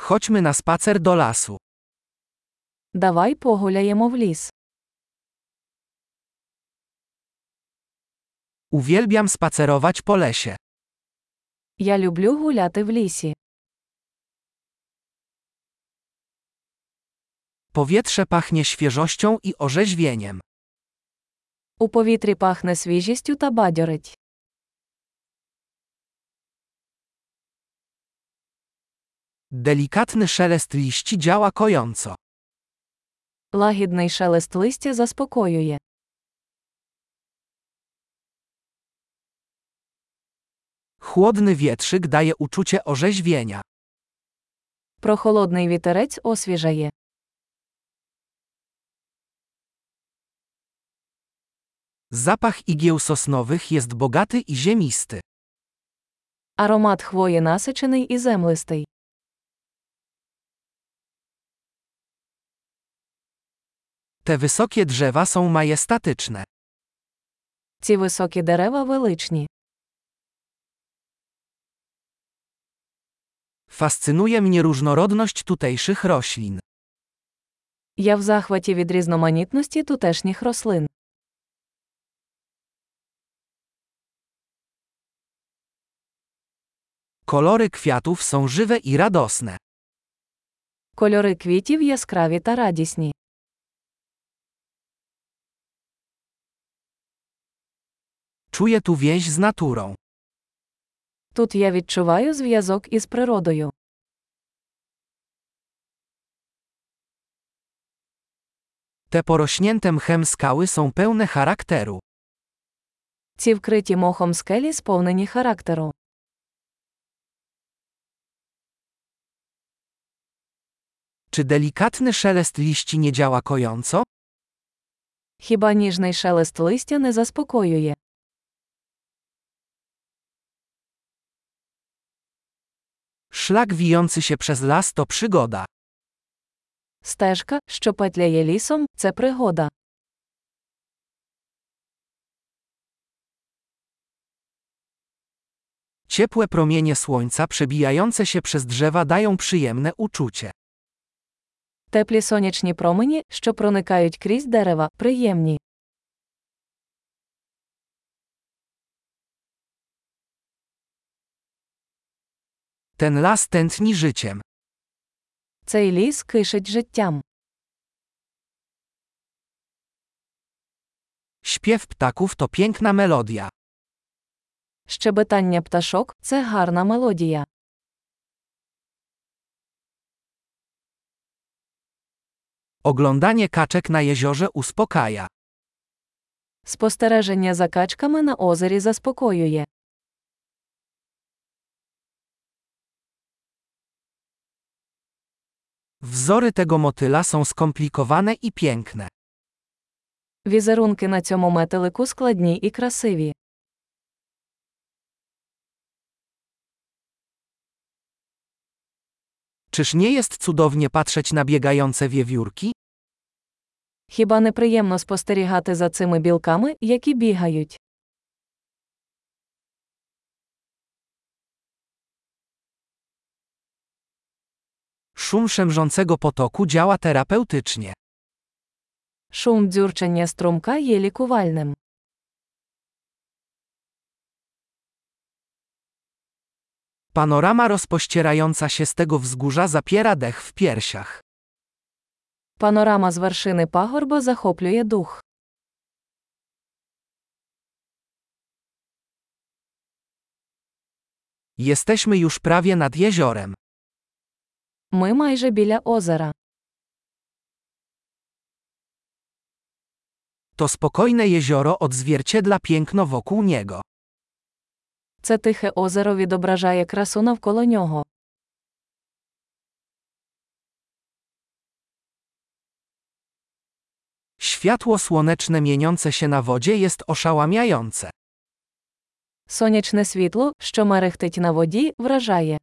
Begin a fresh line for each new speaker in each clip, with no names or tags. Chodźmy na spacer do lasu.
Давай погуляємо в ліс.
Uwielbiam spacerować po lesie.
Я люблю гуляти в лісі.
Powietrze pachnie świeżością i orzeźwieniem.
У повітрі пахне свіжістю та бадьорить.
Delikatny szelest liści działa kojąco.
Лагідний шелест листя заспокоює.
Chłodny wietrzyk daje uczucie orzeźwienia.
Прохолодний вітерець освіжає.
Zapach igieł sosnowych jest bogaty i ziemisty.
Аромат хвої насичений і землистий.
Te wysokie drzewa są majestatyczne.
Ці високі дерева величні.
Fascynuje mnie różnorodność tutejszych roślin.
Я в захваті від різноманітності тутешніх рослин.
Kolory kwiatów są żywe i radosne.
Кольори квітів яскраві та радісні.
Czuję tu więź z naturą.
Тут я відчуваю зв'язок із природою.
Te porośnięte mchem skały są pełne charakteru.
Ці вкриті мохом скелі сповнені характеру.
Czy delikatny szelest liści nie działa kojąco?
Хіба ніжний шелест листя не заспокоює?
Szlak wijący się przez las to przygoda.
Стежка, що петляє лісом, це пригода.
Ciepłe promienie słońca przebijające się przez drzewa dają przyjemne uczucie.
Теплі сонячні промені, що проникають крізь дерева, приємні.
Ten las tętni życiem.
Цей ліс кишить життям.
Śpiew ptaków to piękna melodia.
Щебетання пташок це гарна мелодія.
Oglądanie kaczek na jeziorze uspokaja.
Спостереження за качками на озері заспокоює.
Wzory tego motyla są skomplikowane i piękne.
Візерунки на цьому метелику складні і красиві.
Czyż nie jest cudownie patrzeć na biegające wiewiórki?
Хіба не приємно спостерігати за цими білками, які бігають?
Szum szemrzącego potoku działa terapeutycznie.
Шум дзюрчання струмка є лікувальним.
Panorama rozpościerająca się z tego wzgórza zapiera dech w piersiach.
Панорама з вершини пагорба захоплює дух.
Jesteśmy już prawie nad jeziorem.
Ми майже біля озера.
To spokojne jezioro odzwierciedla piękno wokół niego.
Це тихе озеро відображає красу навколо нього.
Światło słoneczne mieniące się na wodzie jest oszałamiające.
Сонячне світло, що мерехтить на воді, вражає.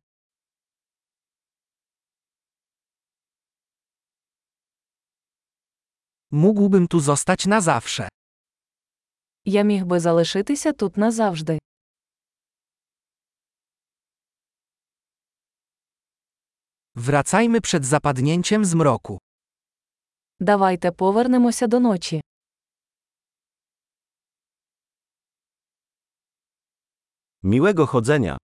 Mógłbym tu zostać na zawsze.
Я міг би залишитися тут назавжди.
Wracajmy przed zapadnięciem zmroku.
Давайте повернемося до ночі.
Miłego chodzenia.